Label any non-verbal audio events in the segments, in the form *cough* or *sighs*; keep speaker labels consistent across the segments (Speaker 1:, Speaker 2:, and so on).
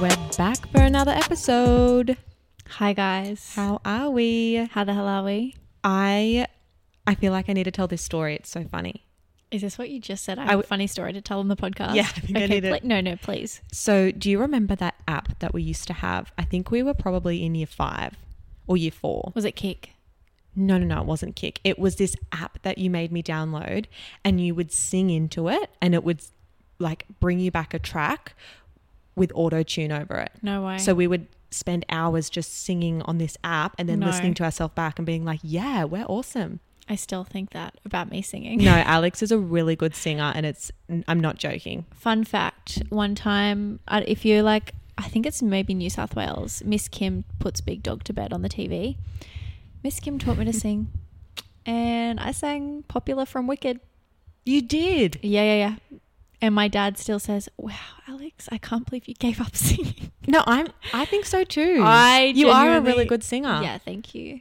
Speaker 1: We're back for another episode.
Speaker 2: Hi guys.
Speaker 1: How are we?
Speaker 2: How the hell are we?
Speaker 1: I I feel like I need to tell this story. It's so funny.
Speaker 2: Is this what you just said? I have a
Speaker 1: w-
Speaker 2: funny story to tell on the podcast.
Speaker 1: Yeah, I think I
Speaker 2: okay,
Speaker 1: need to-
Speaker 2: pl- no, no, please.
Speaker 1: So, do you remember that app that we used to have? I think we were probably in year 5 or year 4.
Speaker 2: Was it kick?
Speaker 1: No, no, no, it wasn't Kick. It was this app that you made me download and you would sing into it and it would like bring you back a track with auto tune over it.
Speaker 2: No way.
Speaker 1: So we would spend hours just singing on this app and then
Speaker 2: No.
Speaker 1: listening to ourselves back and being like, yeah, we're awesome.
Speaker 2: I still think that about me singing. *laughs*
Speaker 1: No, Alex is a really good singer and it's, I'm not joking.
Speaker 2: Fun fact: One time, uh, if you're like, I think it's maybe New South Wales. Miss Kim puts Big Dog to bed on the TV. Miss Kim
Speaker 1: *laughs*
Speaker 2: taught me to sing, and I sang "Popular" from Wicked.
Speaker 1: You did.
Speaker 2: Yeah, yeah, yeah. And my dad still says, "Wow, Alex, I can't believe you gave up *laughs* singing."
Speaker 1: No, I'm, I think so too.
Speaker 2: I
Speaker 1: you are a really
Speaker 2: genuinely-
Speaker 1: good singer.
Speaker 2: Yeah, thank you.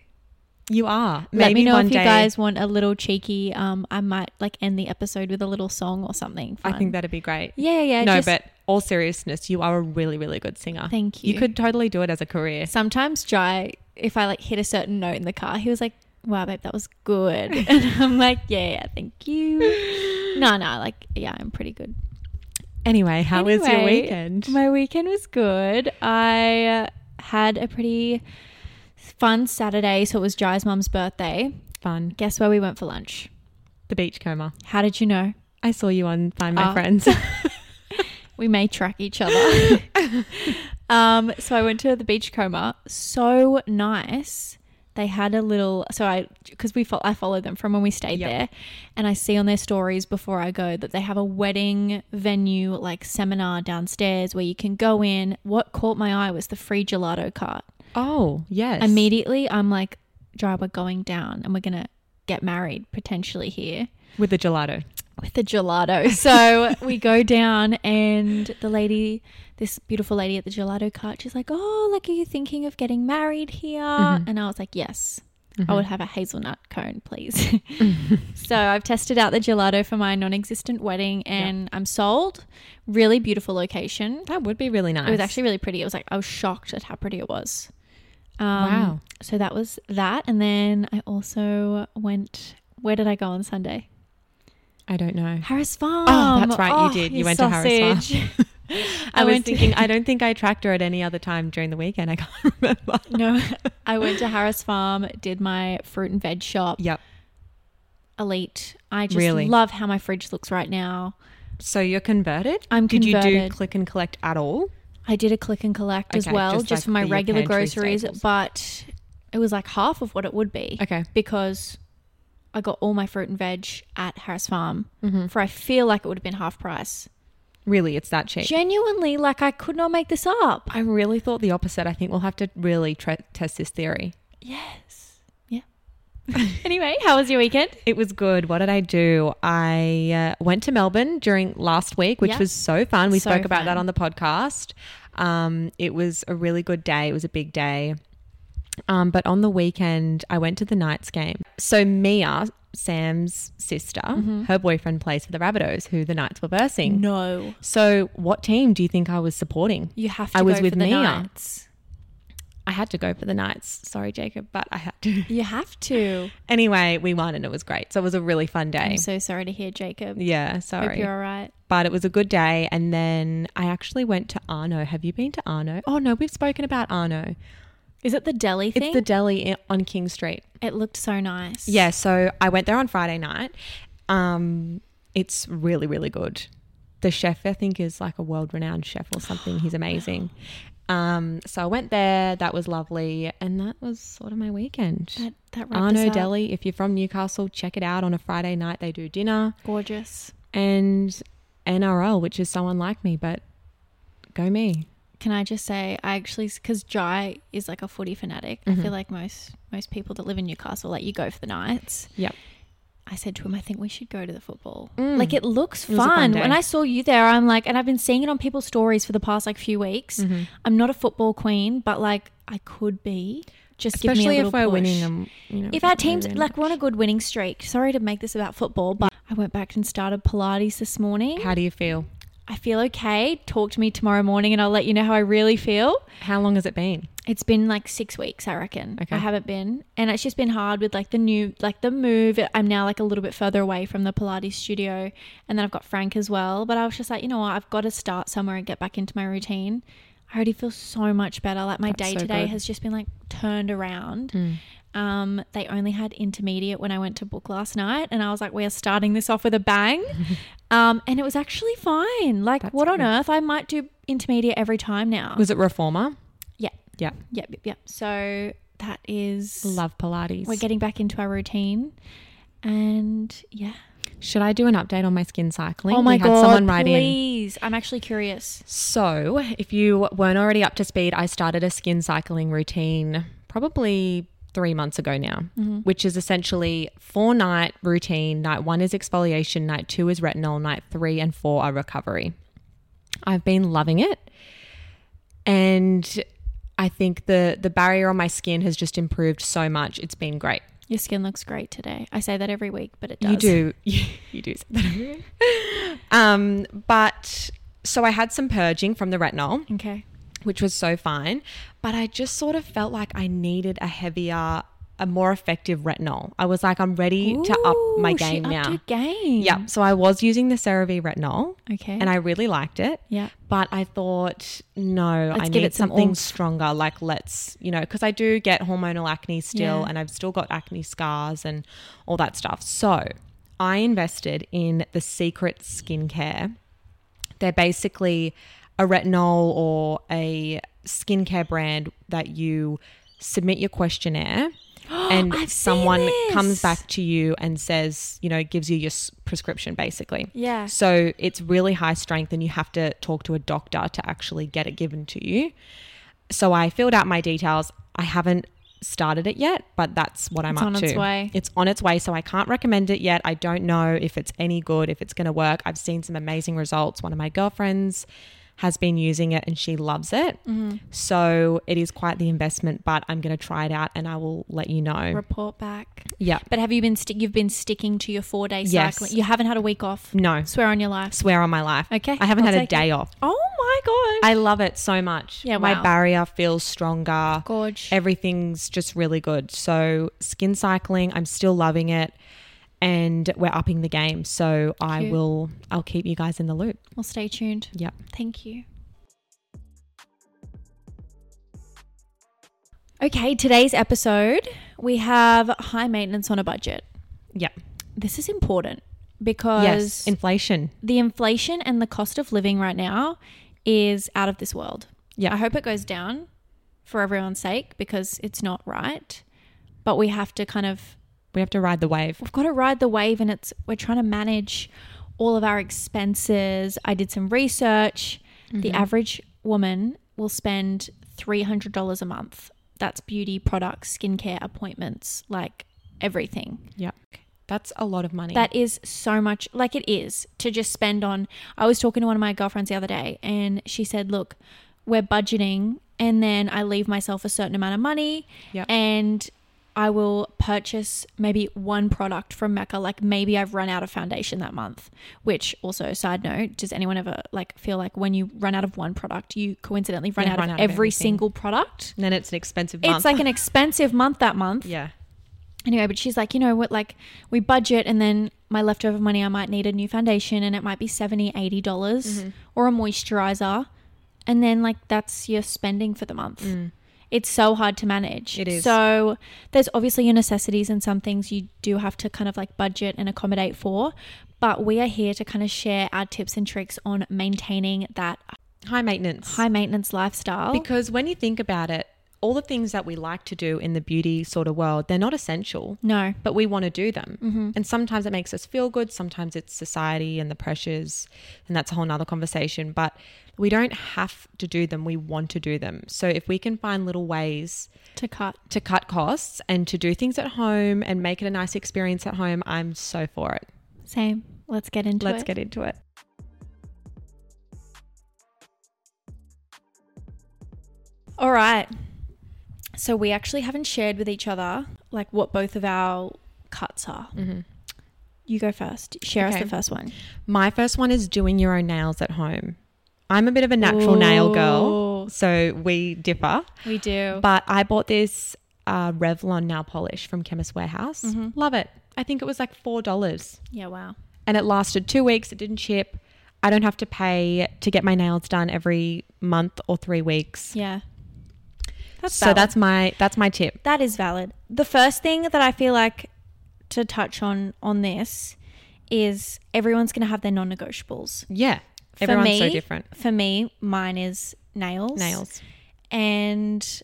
Speaker 1: You are.
Speaker 2: Let me know
Speaker 1: one
Speaker 2: if you
Speaker 1: day-
Speaker 2: guys want a little cheeky. Um, I might like end the episode with a little song or something. Fun.
Speaker 1: I think that'd be great.
Speaker 2: Yeah, yeah, yeah.
Speaker 1: no,
Speaker 2: just-
Speaker 1: but all seriousness, you are a really, really good singer.
Speaker 2: Thank
Speaker 1: You
Speaker 2: you.
Speaker 1: could totally do it as a career.
Speaker 2: sometimes Jai, if I like hit a certain note in the car, he was like, "Wow, babe, that was good," *laughs* and I'm like, "Yeah, yeah, thank you." *laughs* No, no, like yeah, I'm pretty good.
Speaker 1: Anyway, how was your
Speaker 2: Anyway,
Speaker 1: weekend?
Speaker 2: My weekend was good. I uh, had a pretty fun Saturday, so it was Jai's mum's birthday.
Speaker 1: Fun.
Speaker 2: Guess where we went for lunch?
Speaker 1: The Beachcomber.
Speaker 2: How did you know?
Speaker 1: I saw you on Find My
Speaker 2: Ah. *laughs*
Speaker 1: Friends.
Speaker 2: We may track
Speaker 1: *laughs*
Speaker 2: each other. um, so I went to the Beachcomber. So nice. They had a little. So I, because we fol- I followed them from when we stayed
Speaker 1: Yep.
Speaker 2: there, and I see on their stories before I go that they have a wedding venue like seminar downstairs where you can go in. What caught my eye was the free gelato cart.
Speaker 1: oh, yes.
Speaker 2: Immediately, I'm like, "Dry, we're going down, and we're gonna get married potentially here."
Speaker 1: With the gelato.
Speaker 2: with
Speaker 1: *laughs*
Speaker 2: the gelato. So we go down, and the lady, this beautiful lady at the gelato cart, she's like, Oh, like, are you thinking of getting married here?
Speaker 1: Mm-hmm.
Speaker 2: And I was like, Yes, I would have a hazelnut cone, please. *laughs* so I've tested out the gelato for my non existent wedding, and I'm sold. Really beautiful location.
Speaker 1: That would be really nice.
Speaker 2: It was actually really pretty. It was like, I was shocked at how pretty it was. Um,
Speaker 1: Wow.
Speaker 2: So that was that. And then I also went, where did I go on Sunday?
Speaker 1: I don't know.
Speaker 2: Harris Farm.
Speaker 1: Oh, that's right, you did. You went to Harris *laughs*
Speaker 2: Farm.
Speaker 1: I,
Speaker 2: *laughs* I,
Speaker 1: was *laughs*
Speaker 2: went
Speaker 1: thinking, I don't think I tracked her at any other time during the weekend. I can't *laughs* remember.
Speaker 2: to no. I went to Harris Farm, did my fruit and veg shop.
Speaker 1: Yep.
Speaker 2: Elite. I just
Speaker 1: Really?
Speaker 2: love how my fridge looks right now.
Speaker 1: So you're converted?
Speaker 2: I'm
Speaker 1: Did you do
Speaker 2: converted.
Speaker 1: click and collect at all?
Speaker 2: I did a click and collect as
Speaker 1: Okay,
Speaker 2: well,
Speaker 1: just
Speaker 2: just,
Speaker 1: like
Speaker 2: for my
Speaker 1: the- your
Speaker 2: regular
Speaker 1: pantry
Speaker 2: groceries,
Speaker 1: staples.
Speaker 2: but it was like half of what it would be
Speaker 1: Okay.
Speaker 2: because I got all my fruit and veg at Harris Farm
Speaker 1: Mm-hmm.
Speaker 2: for I feel like it would have been half price.
Speaker 1: Really, it's that cheap.
Speaker 2: Genuinely, like I could not make this up.
Speaker 1: I really thought the opposite. I think we'll have to really tre- test this theory.
Speaker 2: Yes. Yeah. *laughs* anyway, how was your weekend?
Speaker 1: It was good. What did I do? I uh, went to Melbourne during last week, which
Speaker 2: Yeah.
Speaker 1: was so fun. We
Speaker 2: So
Speaker 1: spoke about that
Speaker 2: fun.
Speaker 1: on the podcast. Um, it was a really good day. It was a big day. Um, but on the weekend, I went to the Knights game. So Mia, Sam's sister, her boyfriend plays for the Rabbitohs, who the Knights were versing.
Speaker 2: No.
Speaker 1: So what team do you think I was supporting?
Speaker 2: You have to
Speaker 1: I
Speaker 2: go
Speaker 1: was with
Speaker 2: for the
Speaker 1: Mia.
Speaker 2: Knights.
Speaker 1: I had to go for the Knights. Sorry, Jacob, but I had to. *laughs*
Speaker 2: You have to.
Speaker 1: Anyway, we won and it was great. So it was a really fun day.
Speaker 2: I'm so sorry to hear, Jacob.
Speaker 1: yeah,
Speaker 2: Hope
Speaker 1: sorry.
Speaker 2: you're all right.
Speaker 1: but it was a good day. And then I actually went to Arno. Have you been to Arno? Oh no, we've spoken about Arno.
Speaker 2: Is it the deli
Speaker 1: It's
Speaker 2: thing?
Speaker 1: the deli i- on King Street.
Speaker 2: it looked so nice.
Speaker 1: Yeah, so I went there on Friday night. Um, it's really, really good. The chef, I think, is like a world renowned chef or something. He's amazing. Um, so I went there. That was lovely. And that was sort of my weekend.
Speaker 2: That, that wrapped us
Speaker 1: Arno
Speaker 2: up.
Speaker 1: Deli, if you're from Newcastle, check it out on a Friday night. They do dinner.
Speaker 2: Gorgeous.
Speaker 1: and NRL, which is someone like me, but go me.
Speaker 2: Can I just say, I actually, because Jai is like a footy fanatic. I feel
Speaker 1: Mm-hmm.
Speaker 2: like most most people that live in Newcastle, like you go for the nights.
Speaker 1: Yep. Mm.
Speaker 2: I said to him, I think we should go to the football. Like it looks
Speaker 1: was a fun
Speaker 2: fun.
Speaker 1: day.
Speaker 2: when I saw you there, I'm like, and I've been seeing it on
Speaker 1: Mm-hmm.
Speaker 2: people's stories for the past like few weeks. I'm not a football queen, but like I could be. Just give
Speaker 1: Especially
Speaker 2: me a
Speaker 1: if
Speaker 2: little
Speaker 1: we're
Speaker 2: push.
Speaker 1: winning them. You know,
Speaker 2: If our
Speaker 1: we're
Speaker 2: team's
Speaker 1: winning.
Speaker 2: like we're on a good winning streak, sorry to make this about football, but I went back and started Pilates this morning.
Speaker 1: How do you feel?
Speaker 2: I feel okay. Talk to me tomorrow morning and I'll let you know how I really feel.
Speaker 1: How long has it been?
Speaker 2: It's been like six weeks, I reckon.
Speaker 1: Okay.
Speaker 2: I haven't been. And it's just been hard with like the new, like the move. I'm now like a little bit further away from the Pilates studio. And then I've got Frank as well. But I was just like, you know what? I've got to start somewhere and get back into my routine. I already feel so much better. Like my
Speaker 1: That's
Speaker 2: day
Speaker 1: so
Speaker 2: to day
Speaker 1: good. Hmm.
Speaker 2: has just been like turned around. Um, they only had intermediate when I went to book last night. And I was like, we are starting this off with
Speaker 1: *laughs*
Speaker 2: a bang. um, and it was actually fine. Like,
Speaker 1: That's
Speaker 2: what on
Speaker 1: good.
Speaker 2: earth? I might do intermediate every time now.
Speaker 1: Was it reformer?
Speaker 2: yeah.
Speaker 1: Yeah.
Speaker 2: Yep, yep, yep. So that is
Speaker 1: Love Pilates.
Speaker 2: we're getting back into our routine. And yeah.
Speaker 1: Should I do an update on my skin cycling?
Speaker 2: oh my
Speaker 1: we
Speaker 2: god.
Speaker 1: Had someone write in.
Speaker 2: please. I'm actually curious.
Speaker 1: So, if you weren't already up to speed, I started a skin cycling routine probably three months ago now,
Speaker 2: Mm-hmm.
Speaker 1: which is essentially four night routine. Night one is exfoliation, night two is retinol, night three and four are recovery. I've been loving it. And I think the the barrier on my skin has just improved so much. It's been great.
Speaker 2: Your skin looks great today. I say that every week, but it does.
Speaker 1: You do. *laughs* You, you do. say that. *laughs* um, but so I had some purging from the retinol
Speaker 2: Okay.
Speaker 1: which was so fine. But I just sort of felt like I needed a heavier, a more effective retinol. I was like, I'm ready to up my
Speaker 2: Ooh, she
Speaker 1: game
Speaker 2: upped
Speaker 1: now.
Speaker 2: her game.
Speaker 1: Yeah. So I was using the CeraVe retinol
Speaker 2: Okay.
Speaker 1: and I really liked it.
Speaker 2: yeah. *gasps*
Speaker 1: But I thought, no, I
Speaker 2: Let's
Speaker 1: need
Speaker 2: give it some
Speaker 1: something
Speaker 2: oomph.
Speaker 1: stronger. Like, let's, you know, because I do get hormonal acne still
Speaker 2: Yeah.
Speaker 1: and I've still got acne scars and all that stuff. So I invested in the Secret Skincare. They're basically a retinol or a skincare brand that you submit your
Speaker 2: *gasps*
Speaker 1: questionnaire. And
Speaker 2: I've seen
Speaker 1: someone
Speaker 2: this.
Speaker 1: comes back to you and says, you know, gives you your s- prescription basically.
Speaker 2: Yeah.
Speaker 1: So it's really high strength, and you have to talk to a doctor to actually get it given to you. So I filled out my details. I haven't started it yet, but that's what I'm
Speaker 2: It's
Speaker 1: up
Speaker 2: on
Speaker 1: to.
Speaker 2: its way.
Speaker 1: It's on its way, so I can't recommend it yet. I don't know if it's any good, if it's going to work. I've seen some amazing results. One of my girlfriends has been using it and she loves it.
Speaker 2: Mm-hmm.
Speaker 1: So it is quite the investment, but I'm going to try it out and I will let you know.
Speaker 2: Report back.
Speaker 1: Yeah.
Speaker 2: But have you been sti- you've been sticking to your four day
Speaker 1: Yes.
Speaker 2: cycling? You haven't had a week off.
Speaker 1: No,
Speaker 2: Swear on your life.
Speaker 1: swear on my life.
Speaker 2: Okay,
Speaker 1: I haven't
Speaker 2: I'll
Speaker 1: had a
Speaker 2: take it.
Speaker 1: day off.
Speaker 2: Oh my god.
Speaker 1: I love it so much.
Speaker 2: Yeah,
Speaker 1: my
Speaker 2: wow.
Speaker 1: barrier feels stronger.
Speaker 2: Gorge.
Speaker 1: Everything's just really good. So skin cycling, I'm still loving it, and we're upping the game. So I
Speaker 2: Cute.
Speaker 1: will. I'll keep you guys in the loop.
Speaker 2: well, stay tuned.
Speaker 1: Yep.
Speaker 2: Thank you. Okay, today's episode, we have high maintenance on a budget.
Speaker 1: Yep.
Speaker 2: This is important because
Speaker 1: Yes. Inflation.
Speaker 2: the inflation and the cost of living right now is out of this world.
Speaker 1: Yeah.
Speaker 2: I hope it goes down for everyone's sake because it's not right. But we have to kind of
Speaker 1: We have to ride the wave.
Speaker 2: we've got to ride the wave and it's we're trying to manage all of our expenses. I did some research. The average woman will spend $300 a month. That's beauty products, skincare, appointments, like everything.
Speaker 1: Yep. That's a lot of money.
Speaker 2: That is so much, like it is to just spend on. I was talking to one of my girlfriends the other day and she said, Look, we're budgeting and then I leave myself a certain amount of money
Speaker 1: Yep.
Speaker 2: and I will purchase maybe one product from Mecca. Like maybe I've run out of foundation that month, which also, side note, does anyone ever like feel like when you run out of one product, you coincidentally run
Speaker 1: Yeah,
Speaker 2: out
Speaker 1: run
Speaker 2: of
Speaker 1: out of
Speaker 2: every
Speaker 1: everything.
Speaker 2: single product?
Speaker 1: and then it's an expensive month.
Speaker 2: It's like an expensive month that month
Speaker 1: *laughs* yeah.
Speaker 2: anyway but she's like you know what like we budget and then my leftover money i might need a new foundation and it might be 70 80 dollars
Speaker 1: Mm-hmm.
Speaker 2: or a moisturizer and then like that's your spending for the month it's so hard to manage
Speaker 1: Mm. It is.
Speaker 2: so there's obviously your necessities and some things you do have to kind of like budget and accommodate for but we are here to kind of share our tips and tricks on maintaining that
Speaker 1: High maintenance.
Speaker 2: high maintenance lifestyle
Speaker 1: because when you think about it, all the things that we like to do in the beauty sort of world, they're not essential.
Speaker 2: no
Speaker 1: but we want to do them.
Speaker 2: Mm-hmm.
Speaker 1: And sometimes it makes us feel good. Sometimes it's society and the pressures, and that's a whole nother conversation. But we don't have to do them. We want to do them. So if we can find little ways
Speaker 2: to cut
Speaker 1: to cut costs and to do things at home and make it a nice experience at home, I'm so for it.
Speaker 2: same let's get into
Speaker 1: Let's
Speaker 2: it
Speaker 1: get into it.
Speaker 2: All right. so we actually haven't shared with each other like what both of our cuts are. You go first. Share us
Speaker 1: Mm-hmm. Okay.
Speaker 2: the first one.
Speaker 1: My first one is doing your own nails at home. I'm a bit of a natural nail girl,
Speaker 2: Ooh,
Speaker 1: so we differ.
Speaker 2: We do.
Speaker 1: But I bought this uh, Revlon nail polish from Chemist Warehouse.
Speaker 2: Mm-hmm.
Speaker 1: Love it. I think it was like four dollars,
Speaker 2: yeah. Wow.
Speaker 1: and it lasted two weeks. It didn't chip. I don't have to pay to get my nails done every month or three weeks.
Speaker 2: Yeah. That's
Speaker 1: so
Speaker 2: valid.
Speaker 1: that's my that's my tip.
Speaker 2: That is valid. The first thing that I feel like to touch on on this is everyone's going to have their non-negotiables.
Speaker 1: Yeah,
Speaker 2: For
Speaker 1: everyone's so
Speaker 2: me-
Speaker 1: different.
Speaker 2: For me, mine is nails.
Speaker 1: Nails.
Speaker 2: And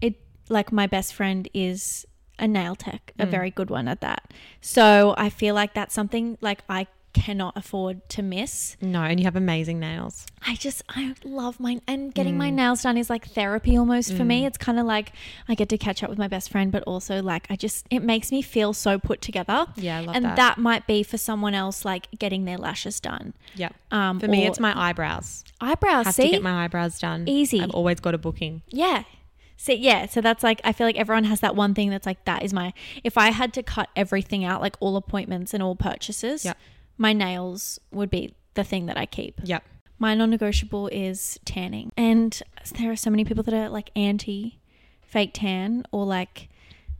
Speaker 2: it like my best friend is a nail tech,
Speaker 1: Hmm.
Speaker 2: a very good one at that. So I feel like that's something like I cannot afford to miss.
Speaker 1: No, and you have amazing nails.
Speaker 2: I just I love mine and getting
Speaker 1: Hmm.
Speaker 2: my nails done is like therapy almost for me. It's kind of like I get to catch up with my best friend, but also like I just it makes me feel so put together.
Speaker 1: Yeah, I love
Speaker 2: and
Speaker 1: that.
Speaker 2: that. might be for someone else like getting their lashes done,
Speaker 1: Yeah.
Speaker 2: Um,
Speaker 1: For me,
Speaker 2: or-
Speaker 1: it's my eyebrows.
Speaker 2: eyebrows.
Speaker 1: Have
Speaker 2: see,
Speaker 1: to get my eyebrows done.
Speaker 2: Easy.
Speaker 1: I've always got a booking.
Speaker 2: yeah. So yeah, so that's like I feel like everyone has that one thing that's like that is my. If I had to cut everything out, like all appointments and all purchases,
Speaker 1: Yeah.
Speaker 2: my nails would be the thing that I keep.
Speaker 1: Yep.
Speaker 2: My non negotiable is tanning. And there are so many people that are like anti fake tan, or like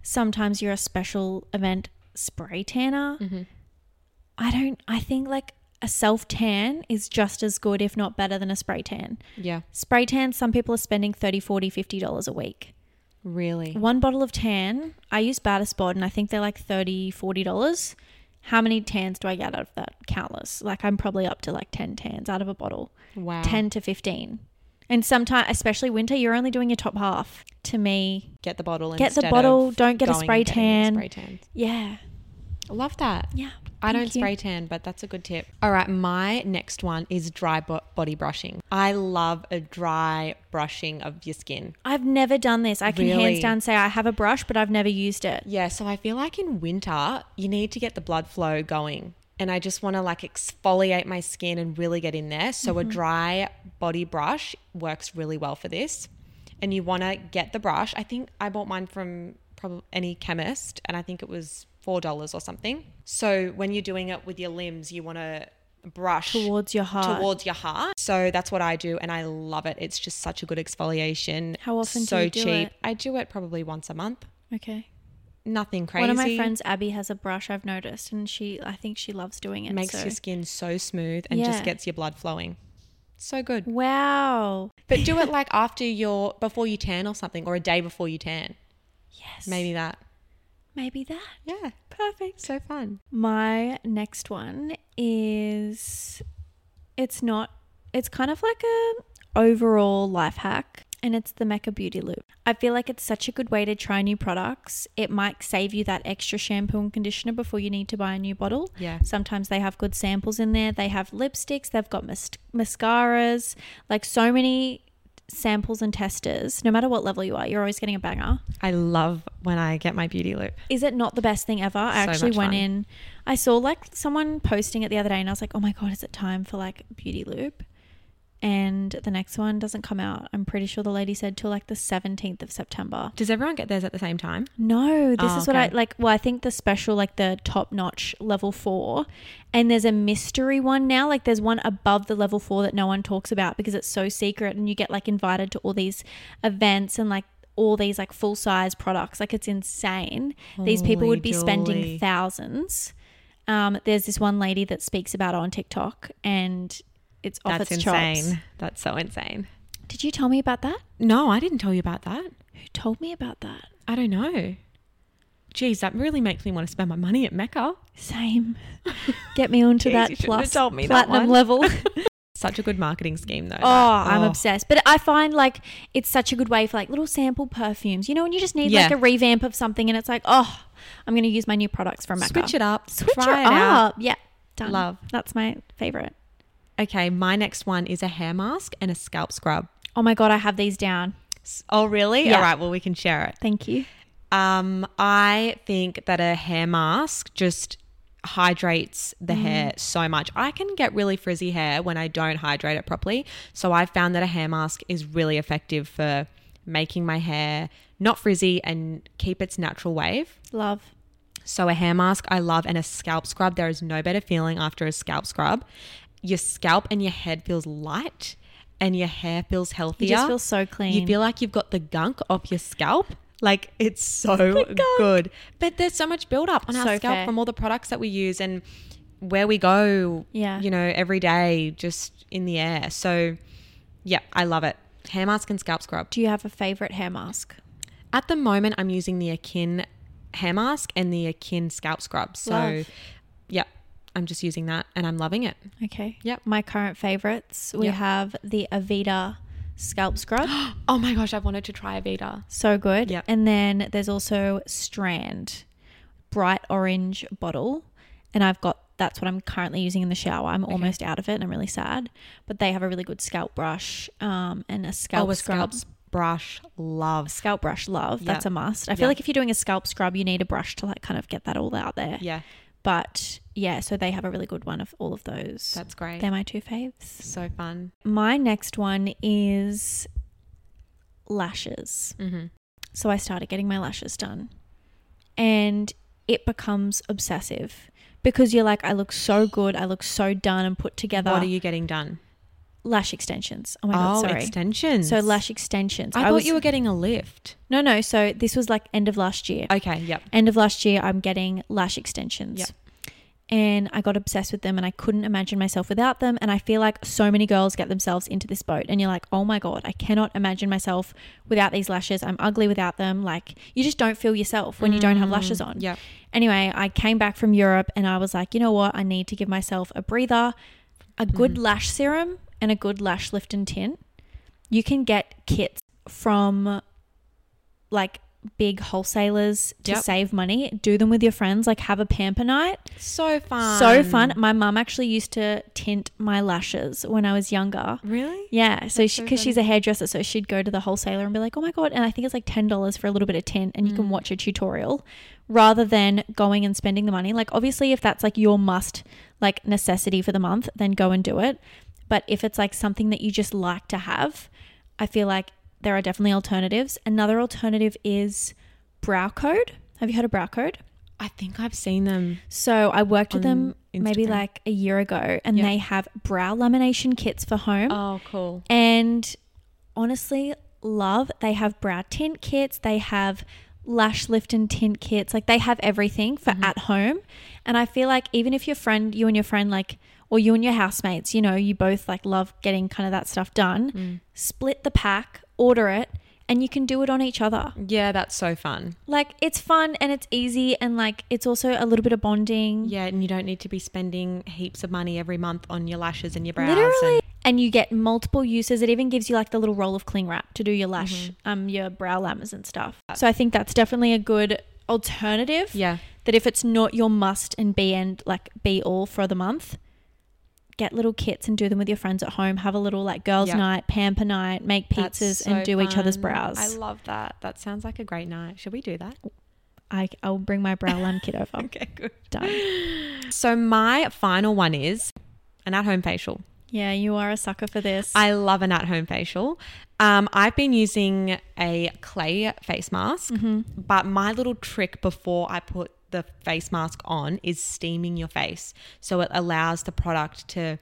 Speaker 2: sometimes you're a special event spray tanner. I don't, I think like a self tan is just as good, if not better, than a spray tan.
Speaker 1: Yeah.
Speaker 2: Spray tan, some people are spending 30 40 $50 a week.
Speaker 1: Really.
Speaker 2: One bottle of tan, I use Spot, and I think they're like 30 $40. How many tans do I get out of that? Countless. Like I'm probably up to like 10 tans out of a bottle.
Speaker 1: Wow.
Speaker 2: 10 to 15. And sometimes, especially winter, you're only doing your top half. To me,
Speaker 1: Get the bottle.
Speaker 2: Get the
Speaker 1: instead
Speaker 2: bottle,
Speaker 1: of
Speaker 2: don't get a
Speaker 1: going
Speaker 2: spray
Speaker 1: and getting
Speaker 2: tan.
Speaker 1: Spray tan.
Speaker 2: yeah,
Speaker 1: I love that.
Speaker 2: yeah.
Speaker 1: I don't
Speaker 2: Thank you.
Speaker 1: spray tan, but that's a good tip. All right, my next one is dry bo- body brushing. I love a dry brushing of your skin.
Speaker 2: I've never done this. I can
Speaker 1: Really?
Speaker 2: hands down say I have a brush, but I've never used it.
Speaker 1: Yeah, so I feel like in winter, you need to get the blood flow going. And I just want to like exfoliate my skin and really get in there. So
Speaker 2: Mm-hmm.
Speaker 1: a dry body brush works really well for this. And you want to get the brush. I think I bought mine from probably any chemist and I think it was $4 or something. So when you're doing it with your limbs, you want to brush
Speaker 2: Towards your heart.
Speaker 1: towards your heart. So that's what I do, and I love it. It's just such a good exfoliation.
Speaker 2: How often do
Speaker 1: so
Speaker 2: you do
Speaker 1: cheap.
Speaker 2: it?
Speaker 1: I do it probably once a month.
Speaker 2: okay.
Speaker 1: Nothing crazy.
Speaker 2: One of my friends, Abby, has a brush I've noticed, and she, I think she loves doing it.
Speaker 1: makes
Speaker 2: so-
Speaker 1: your skin so smooth and just
Speaker 2: Yeah.
Speaker 1: gets your blood flowing. So
Speaker 2: *laughs*
Speaker 1: good.
Speaker 2: Wow.
Speaker 1: But do it like after your before you tan or something, or a day before you tan.
Speaker 2: Yes.
Speaker 1: Maybe that.
Speaker 2: Maybe that.
Speaker 1: Yeah.
Speaker 2: Perfect.
Speaker 1: So fun.
Speaker 2: My next one is it's not it's kind of like a overall life hack and it's the Mecca Beauty Loop. I feel like it's such a good way to try new products. It might save you that extra shampoo and conditioner before you need to buy a new bottle.
Speaker 1: Yeah.
Speaker 2: Sometimes they have good samples in there. They have lipsticks, they've got mas- mascaras, like so many samples and testers. No matter what level you are, you're always getting a banger
Speaker 1: I love when I get my beauty loop.
Speaker 2: is it not the best thing ever? I
Speaker 1: So
Speaker 2: actually
Speaker 1: much
Speaker 2: went
Speaker 1: fun.
Speaker 2: in. I saw like someone posting it the other day, and I was like, "Oh my god, is it time for like Beauty Loop?" And the next one doesn't come out. I'm pretty sure the lady said till like the 17th of September.
Speaker 1: Does everyone get theirs at the same time?
Speaker 2: No, this
Speaker 1: Oh,
Speaker 2: is what I
Speaker 1: okay.
Speaker 2: like. Well, I think the special, like the top notch level four, and there's a mystery one now. Like there's one above the level four that no one talks about because it's so secret, and you get like invited to all these events and like all these like full size products. Like it's insane. these people
Speaker 1: Holy
Speaker 2: would be
Speaker 1: dooly.
Speaker 2: spending thousands. Um, there's this one lady that speaks about it on TikTok, and it's off
Speaker 1: That's
Speaker 2: its
Speaker 1: insane.
Speaker 2: chops.
Speaker 1: That's so insane.
Speaker 2: Did you tell me about that?
Speaker 1: No, I didn't tell you about that.
Speaker 2: Who told me about that?
Speaker 1: I don't know. Geez, that really makes me want to spend my money at Mecca.
Speaker 2: Same. *laughs* Get me onto
Speaker 1: Jeez,
Speaker 2: that
Speaker 1: you shouldn't have
Speaker 2: plus
Speaker 1: told me that one. *laughs*
Speaker 2: platinum level.
Speaker 1: Such a good marketing scheme, though.
Speaker 2: Oh, I'm obsessed. But I find like it's such a good way for like little sample perfumes. You know, when you just need
Speaker 1: Yeah.
Speaker 2: like a revamp of something and it's like, oh, I'm going to use my new products from Mecca.
Speaker 1: Switch it up.
Speaker 2: Switch
Speaker 1: try
Speaker 2: it
Speaker 1: it out.
Speaker 2: up. Yeah. Done.
Speaker 1: Love.
Speaker 2: That's my favorite.
Speaker 1: Okay, my next one is a hair mask and a scalp scrub.
Speaker 2: Oh my God, I have these down.
Speaker 1: S- Oh, really?
Speaker 2: Yeah.
Speaker 1: All right, well, we can share it.
Speaker 2: Thank you.
Speaker 1: Um, I think that a hair mask just hydrates the
Speaker 2: Mm.
Speaker 1: hair so much. I can get really frizzy hair when I don't hydrate it properly. So I found that a hair mask is really effective for making my hair not frizzy, and keep its natural wave.
Speaker 2: Love.
Speaker 1: So a hair mask I love and a scalp scrub. There is no better feeling after a scalp scrub. Your scalp and your head feels light and your hair feels healthier.
Speaker 2: You just feel so clean.
Speaker 1: You feel like you've got the gunk off your scalp. Like it's so good. But there's so much buildup on our
Speaker 2: So
Speaker 1: scalp
Speaker 2: fair.
Speaker 1: from all the products that we use and where we go,
Speaker 2: Yeah.
Speaker 1: you know, every day just in the air. So yeah, I love it. Hair mask and scalp scrub.
Speaker 2: Do you have a favorite hair mask?
Speaker 1: At the moment, I'm using the Akin hair mask and the Akin scalp scrub. So,
Speaker 2: Love.
Speaker 1: yep, I'm just using that and I'm loving it.
Speaker 2: Okay.
Speaker 1: Yep.
Speaker 2: My current favorites. We
Speaker 1: Yep.
Speaker 2: have the Avita scalp scrub.
Speaker 1: *gasps* Oh my gosh, I wanted to try Avita.
Speaker 2: so good.
Speaker 1: Yep.
Speaker 2: And then there's also Strand, bright orange bottle. And I've got that's what I'm currently using in the shower. I'm almost out of it and I'm really sad. But they have a really good scalp brush um, and a scalp
Speaker 1: Oh, a
Speaker 2: scrub.
Speaker 1: scalp brush, love.
Speaker 2: Scalp brush, love. That's
Speaker 1: Yeah.
Speaker 2: a must. I
Speaker 1: Yeah.
Speaker 2: feel like if you're doing a scalp scrub, you need a brush to like kind of get that all out there.
Speaker 1: Yeah,
Speaker 2: But yeah, so they have a really good one of all of those.
Speaker 1: that's great.
Speaker 2: They're my two faves.
Speaker 1: so fun.
Speaker 2: My next one is lashes.
Speaker 1: Mm-hmm.
Speaker 2: So I started getting my lashes done. And it becomes obsessive because you're like, I look so good. I look so done and put together.
Speaker 1: What are you getting done?
Speaker 2: lash extensions. Oh my God,
Speaker 1: oh,
Speaker 2: sorry.
Speaker 1: extensions.
Speaker 2: so lash extensions.
Speaker 1: I, thought
Speaker 2: was-
Speaker 1: you were getting a lift.
Speaker 2: No, no. So this was like end of last year.
Speaker 1: Okay, yep.
Speaker 2: End of last year, I'm getting lash extensions.
Speaker 1: Yep.
Speaker 2: And I got obsessed with them and I couldn't imagine myself without them. And I feel like so many girls get themselves into this boat and you're like, oh my God, I cannot imagine myself without these lashes. I'm ugly without them. Like, you just don't feel yourself when you don't
Speaker 1: Mm.
Speaker 2: have lashes on.
Speaker 1: Yep.
Speaker 2: Anyway, I came back from Europe and I was like, you know what? I need to give myself a breather, a good lash serum, and a good lash lift and tint. You can get kits from like big wholesalers to
Speaker 1: Yep.
Speaker 2: save money. Do them with your friends, like have a pamper night.
Speaker 1: So fun.
Speaker 2: So fun. My mum actually used to tint my lashes when I was younger.
Speaker 1: Really?
Speaker 2: Yeah, so
Speaker 1: That's
Speaker 2: she
Speaker 1: so
Speaker 2: because she's
Speaker 1: funny.
Speaker 2: a hairdresser, so she'd go to the wholesaler and be like, "Oh my god!" And I think it's like ten dollars for a little bit of tint, and you
Speaker 1: Mm.
Speaker 2: can watch a tutorial rather than going and spending the money. Like, obviously, if that's like your must, like necessity for the month, then go and do it. But if it's like something that you just like to have, I feel like there are definitely alternatives. Another alternative is brow code. Have you heard of brow code?
Speaker 1: I think I've seen them.
Speaker 2: So I worked with
Speaker 1: On
Speaker 2: them maybe
Speaker 1: Instagram.
Speaker 2: like a year ago, and
Speaker 1: Yeah.
Speaker 2: they have brow lamination kits for home.
Speaker 1: Oh, cool.
Speaker 2: And honestly, love. They have brow tint kits, they have lash lift and tint kits. Like they have everything for at home. And I feel like even if your friend, you and your friend, like, or you and your housemates, you know, you both like love getting kind of that stuff done, split the pack, order it, and you can do it on each other.
Speaker 1: Yeah, that's so fun.
Speaker 2: Like it's fun and it's easy and like it's also a little bit of bonding.
Speaker 1: Yeah, and you don't need to be spending heaps of money every month on your lashes and your brows.
Speaker 2: Literally. And you get multiple uses. It even gives you like the little roll of cling wrap to do your lash,
Speaker 1: Mm-hmm.
Speaker 2: um, your brow lammers and stuff. So I think that's definitely a good alternative.
Speaker 1: And, yeah.
Speaker 2: That if it's not your must and be and like be all for the month, get little kits and do them with your friends at home. Have a little like girls'
Speaker 1: Yeah.
Speaker 2: night, pamper night, make
Speaker 1: That's
Speaker 2: pizzas and
Speaker 1: so
Speaker 2: do each other's
Speaker 1: fun.
Speaker 2: brows.
Speaker 1: I
Speaker 2: I,
Speaker 1: love that. That sounds like a great night. Should we do that?
Speaker 2: I, I'll bring my brow lam
Speaker 1: *laughs*
Speaker 2: kit over.
Speaker 1: Okay, good.
Speaker 2: Done.
Speaker 1: So my final one is an at-home facial.
Speaker 2: Yeah, you are a sucker for this.
Speaker 1: I love an at-home facial. Um, I've been using a clay face mask,
Speaker 2: Mm-hmm.
Speaker 1: but my little trick before I put the face mask on is steaming your face, so it allows the product to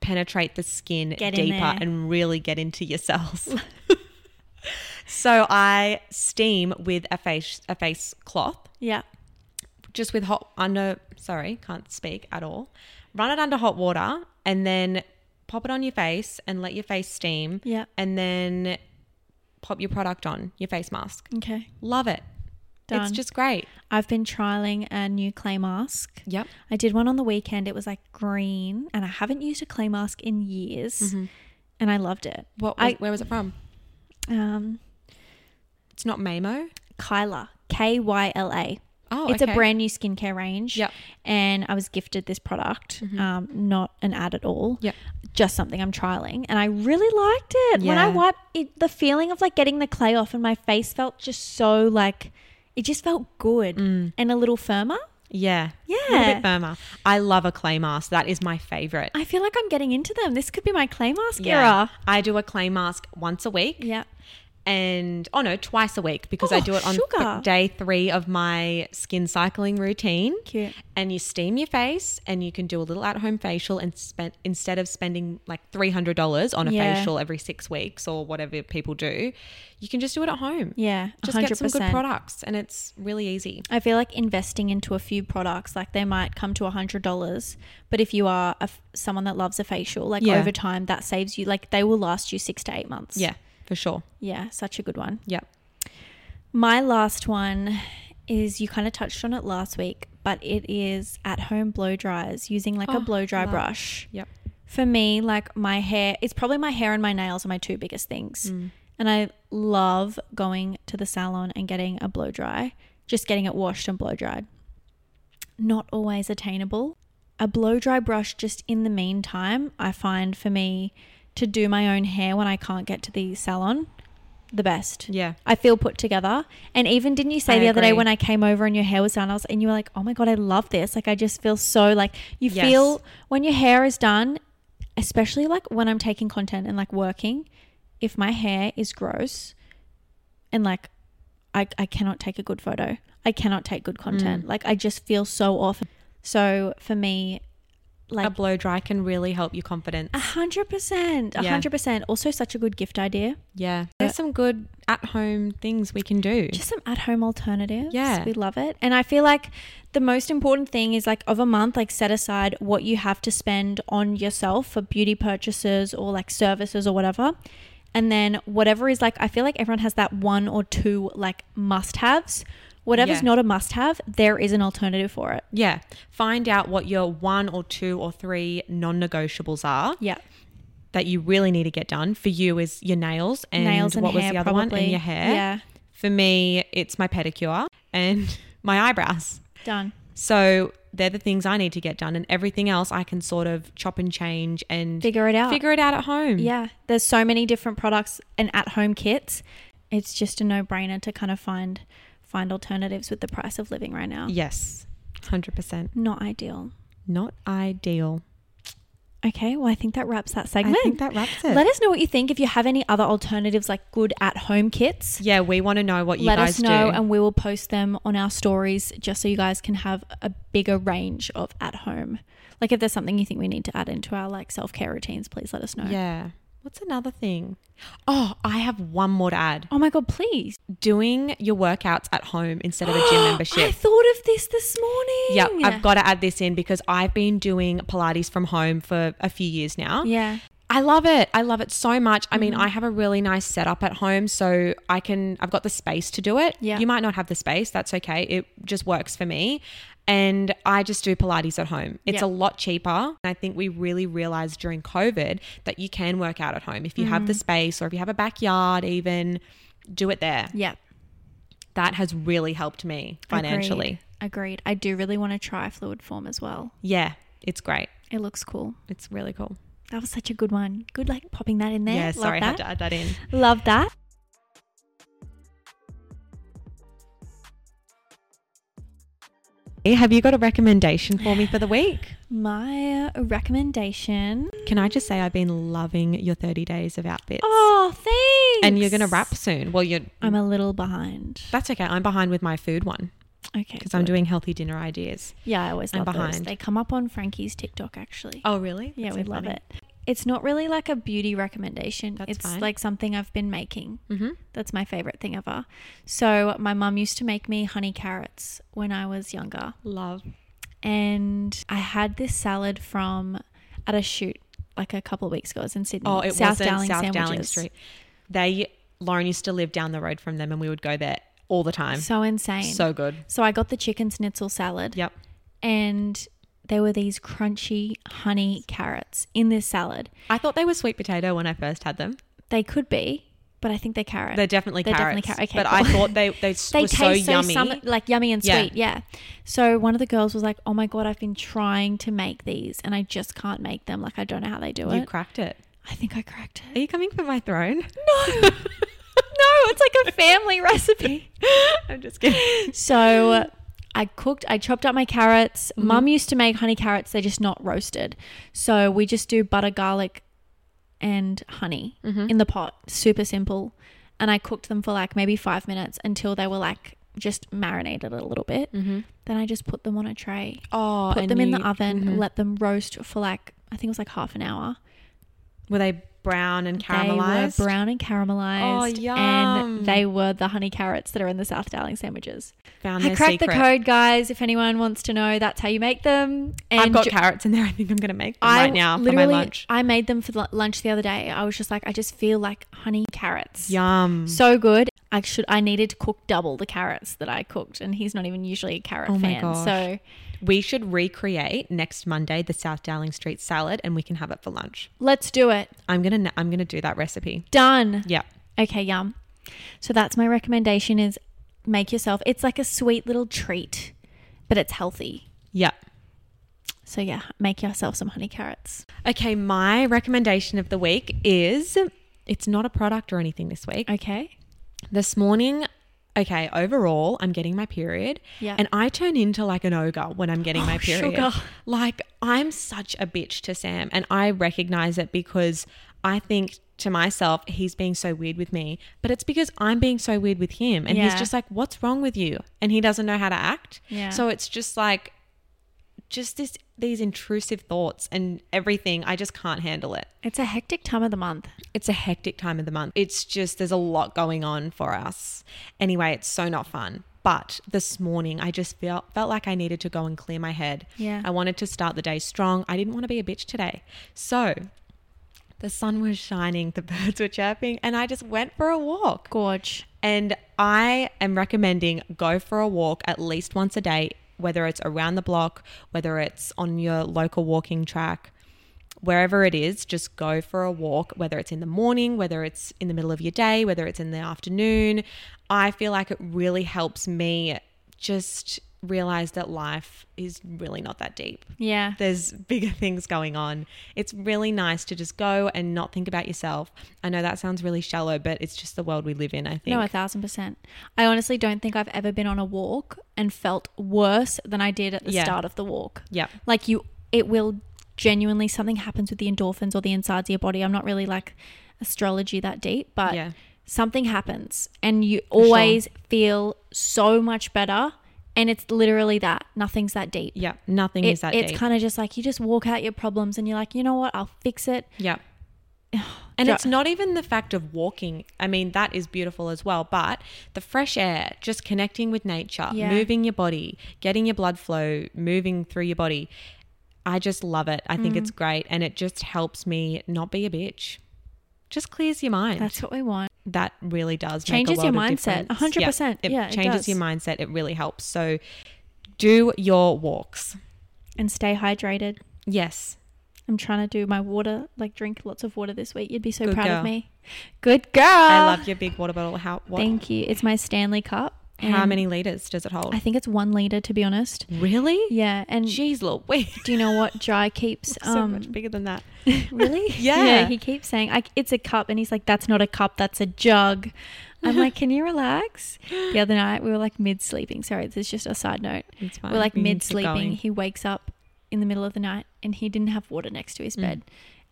Speaker 1: penetrate the skin
Speaker 2: Get in
Speaker 1: deeper
Speaker 2: there.
Speaker 1: and really get into your cells. *laughs* so I steam with a face a face cloth
Speaker 2: yeah.
Speaker 1: just with hot under sorry can't speak at all run it under hot water and then pop it on your face and let your face steam
Speaker 2: Yeah.
Speaker 1: and then pop your product on your face mask
Speaker 2: Okay.
Speaker 1: love it it's
Speaker 2: Done.
Speaker 1: just great
Speaker 2: I've been trialing a new clay mask.
Speaker 1: yep
Speaker 2: I did one on the weekend. It was like green, and I haven't used a clay mask in years,
Speaker 1: Mm-hmm.
Speaker 2: and I loved it.
Speaker 1: what was,
Speaker 2: I-
Speaker 1: where was it from
Speaker 2: Um,
Speaker 1: it's not mamo
Speaker 2: Kyla, K Y L A.
Speaker 1: oh
Speaker 2: It's
Speaker 1: okay.
Speaker 2: a brand new skincare range.
Speaker 1: Yep. Mm-hmm.
Speaker 2: And I was gifted this product. Um, not an ad at all.
Speaker 1: Yep.
Speaker 2: Just something I'm trialing, and I really liked it. When I
Speaker 1: Yeah.
Speaker 2: wiped it, the feeling of like getting the clay off, and my face felt just so like it just felt good and a little firmer.
Speaker 1: yeah
Speaker 2: Yeah.
Speaker 1: Mm. a little bit firmer i love a clay mask that is my favorite
Speaker 2: I feel like I'm getting into them. This could be my clay mask
Speaker 1: yeah
Speaker 2: era.
Speaker 1: i do a clay mask once a week
Speaker 2: Yeah.
Speaker 1: and oh no, twice a week because I
Speaker 2: Oh,
Speaker 1: do it on
Speaker 2: sugar.
Speaker 1: th- day three of my skin cycling routine.
Speaker 2: Cute.
Speaker 1: And you steam your face, and you can do a little at-home facial, and spend instead of spending like three hundred dollars on a
Speaker 2: Yeah.
Speaker 1: facial every six weeks or whatever people do, you can just do it at home.
Speaker 2: Yeah,
Speaker 1: Just get some good products, and it's really easy.
Speaker 2: I feel like investing into a few products, like they might come to hundred dollars, but if you are a f someone that loves a facial, like
Speaker 1: Yeah.
Speaker 2: over time, that saves you. Like they will last you six to eight months.
Speaker 1: Yeah, for sure.
Speaker 2: yeah, such a good one.
Speaker 1: Yep.
Speaker 2: My last one is you kind of touched on it last week, but it is at home blow dryers using like
Speaker 1: Oh,
Speaker 2: a blow dry
Speaker 1: love.
Speaker 2: brush.
Speaker 1: Yep.
Speaker 2: For me, like my hair, it's probably my hair and my nails are my two biggest things. And I love going to the salon and getting a blow dry, just getting it washed and blow dried. Not always attainable. A blow dry brush, just in the meantime, I find for me to do my own hair when I can't get to the salon, the best.
Speaker 1: Yeah.
Speaker 2: I feel put together. And even didn't you say
Speaker 1: I
Speaker 2: the other day
Speaker 1: agree.
Speaker 2: when I came over and your hair was done, I was and you were like, "Oh my god, I love this!" Like I just feel so like you
Speaker 1: Yes.
Speaker 2: feel when your hair is done, especially like when I'm taking content and like working. If my hair is gross, and like I I cannot take a good photo, I cannot take
Speaker 1: Mm.
Speaker 2: good content. Like I just feel so off. So for me, like
Speaker 1: a blow dry can really help your confidence.
Speaker 2: a hundred percent, a
Speaker 1: Yeah.
Speaker 2: hundred percent. Also, such a good gift idea.
Speaker 1: Yeah. There's some good at home things we can do.
Speaker 2: just some at home alternatives.
Speaker 1: Yeah.
Speaker 2: We love it. And I feel like the most important thing is like of a month, like set aside what you have to spend on yourself for beauty purchases or like services or whatever. And then whatever is like, I feel like everyone has that one or two like must haves. Whatever's
Speaker 1: Yeah.
Speaker 2: not a must have, there is an alternative for it.
Speaker 1: yeah. Find out what your one or two or three non negotiables are
Speaker 2: Yeah.
Speaker 1: that you really need to get done. For you is your nails and
Speaker 2: Nails and
Speaker 1: what was
Speaker 2: hair,
Speaker 1: the other one?
Speaker 2: probably.
Speaker 1: And your hair.
Speaker 2: Yeah.
Speaker 1: For me, it's my pedicure and *laughs* my eyebrows.
Speaker 2: Done.
Speaker 1: So they're the things I need to get done and everything else I can sort of chop and change and
Speaker 2: Figure it out.
Speaker 1: figure it out at home.
Speaker 2: Yeah, there's so many different products and at-home kits. It's just a no-brainer to kind of find find alternatives with the price of living right now.
Speaker 1: Yes. 100%.
Speaker 2: Not ideal.
Speaker 1: Not ideal.
Speaker 2: Okay, well I think that wraps that segment.
Speaker 1: I think that wraps it.
Speaker 2: Let us know what you think if you have any other alternatives like good at-home kits.
Speaker 1: yeah, we want to know what you
Speaker 2: let
Speaker 1: guys
Speaker 2: us know
Speaker 1: do.
Speaker 2: and we will post them on our stories just so you guys can have a bigger range of at-home. Like if there's something you think we need to add into our like self-care routines, please let us know.
Speaker 1: Yeah. What's another thing? Oh, I have one more to add.
Speaker 2: Oh my god, please.
Speaker 1: Doing your workouts at home instead of a gym
Speaker 2: I
Speaker 1: membership.
Speaker 2: thought of this this morning.
Speaker 1: Yep, I've got to add this in because I've been doing Pilates from home for a few years now.
Speaker 2: Yeah.
Speaker 1: I love it. I love it so much. I
Speaker 2: Mm-hmm.
Speaker 1: mean, I have a really nice setup at home, so I can I've got the space to do it.
Speaker 2: Yeah.
Speaker 1: You might not have the space, that's okay. It just works for me. And I just do Pilates at home. It's
Speaker 2: Yeah.
Speaker 1: a lot cheaper. And I think we really realized during COVID that you can work out at home if you
Speaker 2: Mm-hmm.
Speaker 1: have the space or if you have a backyard even do it there.
Speaker 2: Yeah.
Speaker 1: That has really helped me financially.
Speaker 2: Agreed. I do really want to try fluid form as well.
Speaker 1: Yeah, it's great.
Speaker 2: It looks cool.
Speaker 1: It's really cool.
Speaker 2: That was such a good one. Good like popping that in there.
Speaker 1: yeah,
Speaker 2: Love
Speaker 1: sorry, I had
Speaker 2: that.
Speaker 1: to add that in.
Speaker 2: Love that.
Speaker 1: Have you got a recommendation for me for the week?
Speaker 2: My recommendation.
Speaker 1: Can I just say I've been loving your 30 days of outfits.
Speaker 2: Oh, thanks.
Speaker 1: and you're going to wrap soon. Well, you're
Speaker 2: I'm a little behind.
Speaker 1: That's okay. I'm behind with my food one
Speaker 2: Okay.
Speaker 1: because I'm
Speaker 2: good.
Speaker 1: doing healthy dinner ideas.
Speaker 2: Yeah, I always
Speaker 1: I'm
Speaker 2: love behind.
Speaker 1: behind.
Speaker 2: They come up on Frankie's TikTok actually.
Speaker 1: Oh, really?
Speaker 2: yeah, we love it. It's not really like a beauty recommendation.
Speaker 1: That's
Speaker 2: it's
Speaker 1: fine.
Speaker 2: like something I've been making.
Speaker 1: Mm-hmm.
Speaker 2: That's my favorite thing ever. So, my mum used to make me honey carrots when I was younger.
Speaker 1: Love.
Speaker 2: and I had this salad from at a shoot like a couple of weeks ago. It's in Sydney.
Speaker 1: Oh, it
Speaker 2: South
Speaker 1: wasn't
Speaker 2: Dowling
Speaker 1: South Dowling
Speaker 2: sandwiches.
Speaker 1: Street. They, Lauren used to live down the road from them and we would go there all the time. So,
Speaker 2: So insane. So,
Speaker 1: good.
Speaker 2: I got the chicken schnitzel salad,
Speaker 1: Yep.
Speaker 2: and there were these crunchy honey carrots in this salad.
Speaker 1: I thought they were sweet potato when I first had them.
Speaker 2: They could be, but I think they're carrot.
Speaker 1: They're definitely
Speaker 2: They're
Speaker 1: carrots.
Speaker 2: definitely carrot. Okay,
Speaker 1: but
Speaker 2: cool.
Speaker 1: I thought they, they, s-
Speaker 2: they
Speaker 1: were
Speaker 2: taste
Speaker 1: so yummy.
Speaker 2: summer- like yummy and
Speaker 1: Yeah.
Speaker 2: sweet. Yeah. So one of the girls was like, "Oh my god, I've been trying to make these, and I just can't make them. Like I don't know how they do
Speaker 1: you
Speaker 2: it.
Speaker 1: cracked it.
Speaker 2: I think I cracked it.
Speaker 1: Are you coming for my throne? *laughs*
Speaker 2: No. no, it's like a family recipe.
Speaker 1: I'm just kidding.
Speaker 2: So I cooked, I chopped up my carrots.
Speaker 1: Mm-hmm.
Speaker 2: Mum used to make honey carrots, they're just not roasted. So we
Speaker 1: Mm-hmm.
Speaker 2: just do butter, garlic, and honey in the pot. Super simple. and I cooked them for like maybe five minutes until they were like just marinated a little bit.
Speaker 1: Mm-hmm.
Speaker 2: Then I just put them on a tray,
Speaker 1: Oh,
Speaker 2: put
Speaker 1: and
Speaker 2: them in the
Speaker 1: you-
Speaker 2: oven,
Speaker 1: mhm.
Speaker 2: let them roast for like I think it was like half an hour.
Speaker 1: Were they brown and caramelized?
Speaker 2: They were brown and
Speaker 1: Oh,
Speaker 2: caramelized.
Speaker 1: yum.
Speaker 2: And they were the honey carrots that are in the South Darling sandwiches.
Speaker 1: Found
Speaker 2: I
Speaker 1: their
Speaker 2: cracked
Speaker 1: secret.
Speaker 2: the code, guys. If anyone wants to know, that's how you make them. And
Speaker 1: I've got
Speaker 2: ju-
Speaker 1: carrots in there. I think I'm going to make them
Speaker 2: I
Speaker 1: right now for my
Speaker 2: literally-
Speaker 1: lunch.
Speaker 2: I made them for the lunch the other day. I was just like, I just feel like honey carrots.
Speaker 1: Yum.
Speaker 2: So good. I should. I needed to cook double the carrots that I cooked, and he's not even usually a carrot
Speaker 1: Oh my
Speaker 2: fan.
Speaker 1: gosh.
Speaker 2: So
Speaker 1: we should recreate next Monday the South Dowling Street salad and we can have it for lunch.
Speaker 2: let's do it.
Speaker 1: I'm going to I'm going to do that recipe.
Speaker 2: Done.
Speaker 1: Yep.
Speaker 2: Okay, yum. So that's my recommendation: is make yourself. It's like a sweet little treat, but it's healthy.
Speaker 1: Yep.
Speaker 2: So yeah, make yourself some honey carrots.
Speaker 1: Okay, my recommendation of the week is it's not a product or anything this week.
Speaker 2: Okay.
Speaker 1: This morning, okay, overall, I'm getting my period.
Speaker 2: Yeah.
Speaker 1: And I turn into like an ogre when I'm getting my
Speaker 2: Oh,
Speaker 1: period.
Speaker 2: sugar.
Speaker 1: Like, I'm such a bitch to Sam. And I recognize it because I think to myself, he's being so weird with me. But it's because I'm being so weird with him. And he's
Speaker 2: Yeah.
Speaker 1: just like, what's wrong with you? And he doesn't know how to act.
Speaker 2: Yeah.
Speaker 1: So it's just like, just this, these intrusive thoughts and everything. I just can't handle it.
Speaker 2: It's a hectic time of the month.
Speaker 1: It's a hectic time of the month. It's just, there's a lot going on for us. Anyway, it's so not fun. But this morning, I just felt, felt like I needed to go and clear my head.
Speaker 2: Yeah.
Speaker 1: I wanted to start the day strong. I didn't want to be a bitch today. So the sun was shining, *laughs* the birds were chirping, and I just went for a walk.
Speaker 2: Gorge.
Speaker 1: And I am recommending go for a walk at least once a day, whether it's around the block, whether it's on your local walking track, wherever it is, just go for a walk, whether it's in the morning, whether it's in the middle of your day, whether it's in the afternoon. I feel like it really helps me just realize that life is really not that deep
Speaker 2: Yeah.
Speaker 1: there's bigger *laughs* things going on. It's really nice to just go and not think about yourself. I know that sounds really shallow, but it's just the world we live in, I think.
Speaker 2: No, a thousand percent. I honestly don't think I've ever been on a walk and felt worse than I did at the
Speaker 1: Yeah.
Speaker 2: start of the walk.
Speaker 1: Yep.
Speaker 2: Like you, it will genuinely something happens with the endorphins or the insides of your body. I'm not really like astrology that deep, but
Speaker 1: Yeah.
Speaker 2: something happens and you
Speaker 1: sure.
Speaker 2: always feel so much better. And it's literally that nothing's that deep.
Speaker 1: Yep. Nothing
Speaker 2: It-
Speaker 1: is that
Speaker 2: it's
Speaker 1: deep.
Speaker 2: kind of just like you just walk out your problems and you're like, you know what, I'll fix it.
Speaker 1: Yep. *sighs* And
Speaker 2: Jo-
Speaker 1: it's not even the fact of walking. I mean, that is beautiful as well, but the fresh air, just connecting with nature,
Speaker 2: Yeah.
Speaker 1: moving your body, getting your blood flow moving through your body. I just love it. I think it's
Speaker 2: Mm.
Speaker 1: great. And it just helps me not be a bitch. Just clears your mind.
Speaker 2: That's what we want.
Speaker 1: that really does
Speaker 2: Changes
Speaker 1: make a
Speaker 2: your
Speaker 1: world of
Speaker 2: mindset.
Speaker 1: difference.
Speaker 2: 100%.
Speaker 1: it
Speaker 2: Yeah, it
Speaker 1: changes
Speaker 2: does.
Speaker 1: your mindset. It really helps. So do your walks.
Speaker 2: And stay hydrated.
Speaker 1: Yes.
Speaker 2: I'm trying to do my water, like drink lots of water this week. You'd be so
Speaker 1: Good
Speaker 2: proud
Speaker 1: girl.
Speaker 2: of me. Good girl.
Speaker 1: I love your big water bottle. How what,
Speaker 2: Thank you. It's my Stanley cup.
Speaker 1: how
Speaker 2: and
Speaker 1: many liters does it hold?
Speaker 2: I think it's one liter, to be honest.
Speaker 1: really?
Speaker 2: Yeah. And
Speaker 1: Jeez, Louise.
Speaker 2: do you know
Speaker 1: *laughs*
Speaker 2: what Jai keeps?
Speaker 1: so
Speaker 2: um,
Speaker 1: much bigger than that.
Speaker 2: *laughs*
Speaker 1: *laughs*
Speaker 2: really?
Speaker 1: Yeah.
Speaker 2: He
Speaker 1: *gasps*
Speaker 2: keeps saying, I, "It's a cup," and he's like, "That's not a cup. That's a jug."
Speaker 1: *laughs*
Speaker 2: I'm like, "Can you relax?" The other night we were like mid sleeping. Sorry, this is just a side note.
Speaker 1: It's fine.
Speaker 2: We're like
Speaker 1: You can
Speaker 2: mid
Speaker 1: keep going.
Speaker 2: sleeping. He wakes up in the middle of the night and he didn't have water next to his
Speaker 1: Mm.
Speaker 2: bed.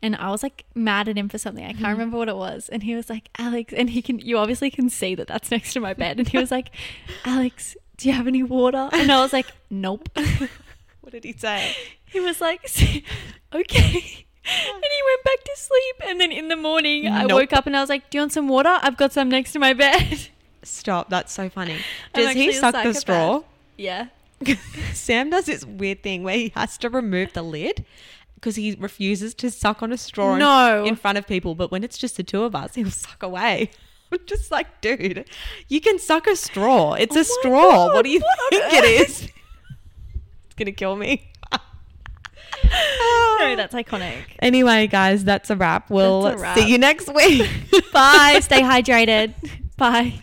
Speaker 2: And I was like mad at him for something. I can't
Speaker 1: Mm-hmm.
Speaker 2: remember what it was. And he was like, Alex, and he can, you obviously can see that that's next to my bed. And he
Speaker 1: *laughs*
Speaker 2: was like, Alex, do you have any water? And I was like, nope.
Speaker 1: *laughs* What did he
Speaker 2: *laughs*
Speaker 1: say?
Speaker 2: He was like, okay. And he went back to sleep. And then in the morning, I
Speaker 1: Nope.
Speaker 2: woke up and I was like, do you want some water? I've got some next to my bed. *laughs*
Speaker 1: Stop. That's so funny.
Speaker 2: I'm
Speaker 1: Does he
Speaker 2: actually a
Speaker 1: suck the
Speaker 2: psychopath.
Speaker 1: straw? *laughs*
Speaker 2: Yeah.
Speaker 1: Sam does this weird thing where he has to remove the lid because he refuses to suck on a straw in-
Speaker 2: No.
Speaker 1: in front of people. But when it's just the two of us, he'll suck away. *laughs* I'm just like, dude, you can suck a straw. It's
Speaker 2: Oh
Speaker 1: a
Speaker 2: my
Speaker 1: straw. what
Speaker 2: God,
Speaker 1: do you
Speaker 2: what on
Speaker 1: think it
Speaker 2: earth?
Speaker 1: is? *laughs* It's gonna kill me.
Speaker 2: *laughs* No, that's iconic. *laughs*
Speaker 1: Anyway, guys, that's a wrap. We'll *laughs*
Speaker 2: That's a wrap.
Speaker 1: see you next week.
Speaker 2: Bye. Stay hydrated. Bye.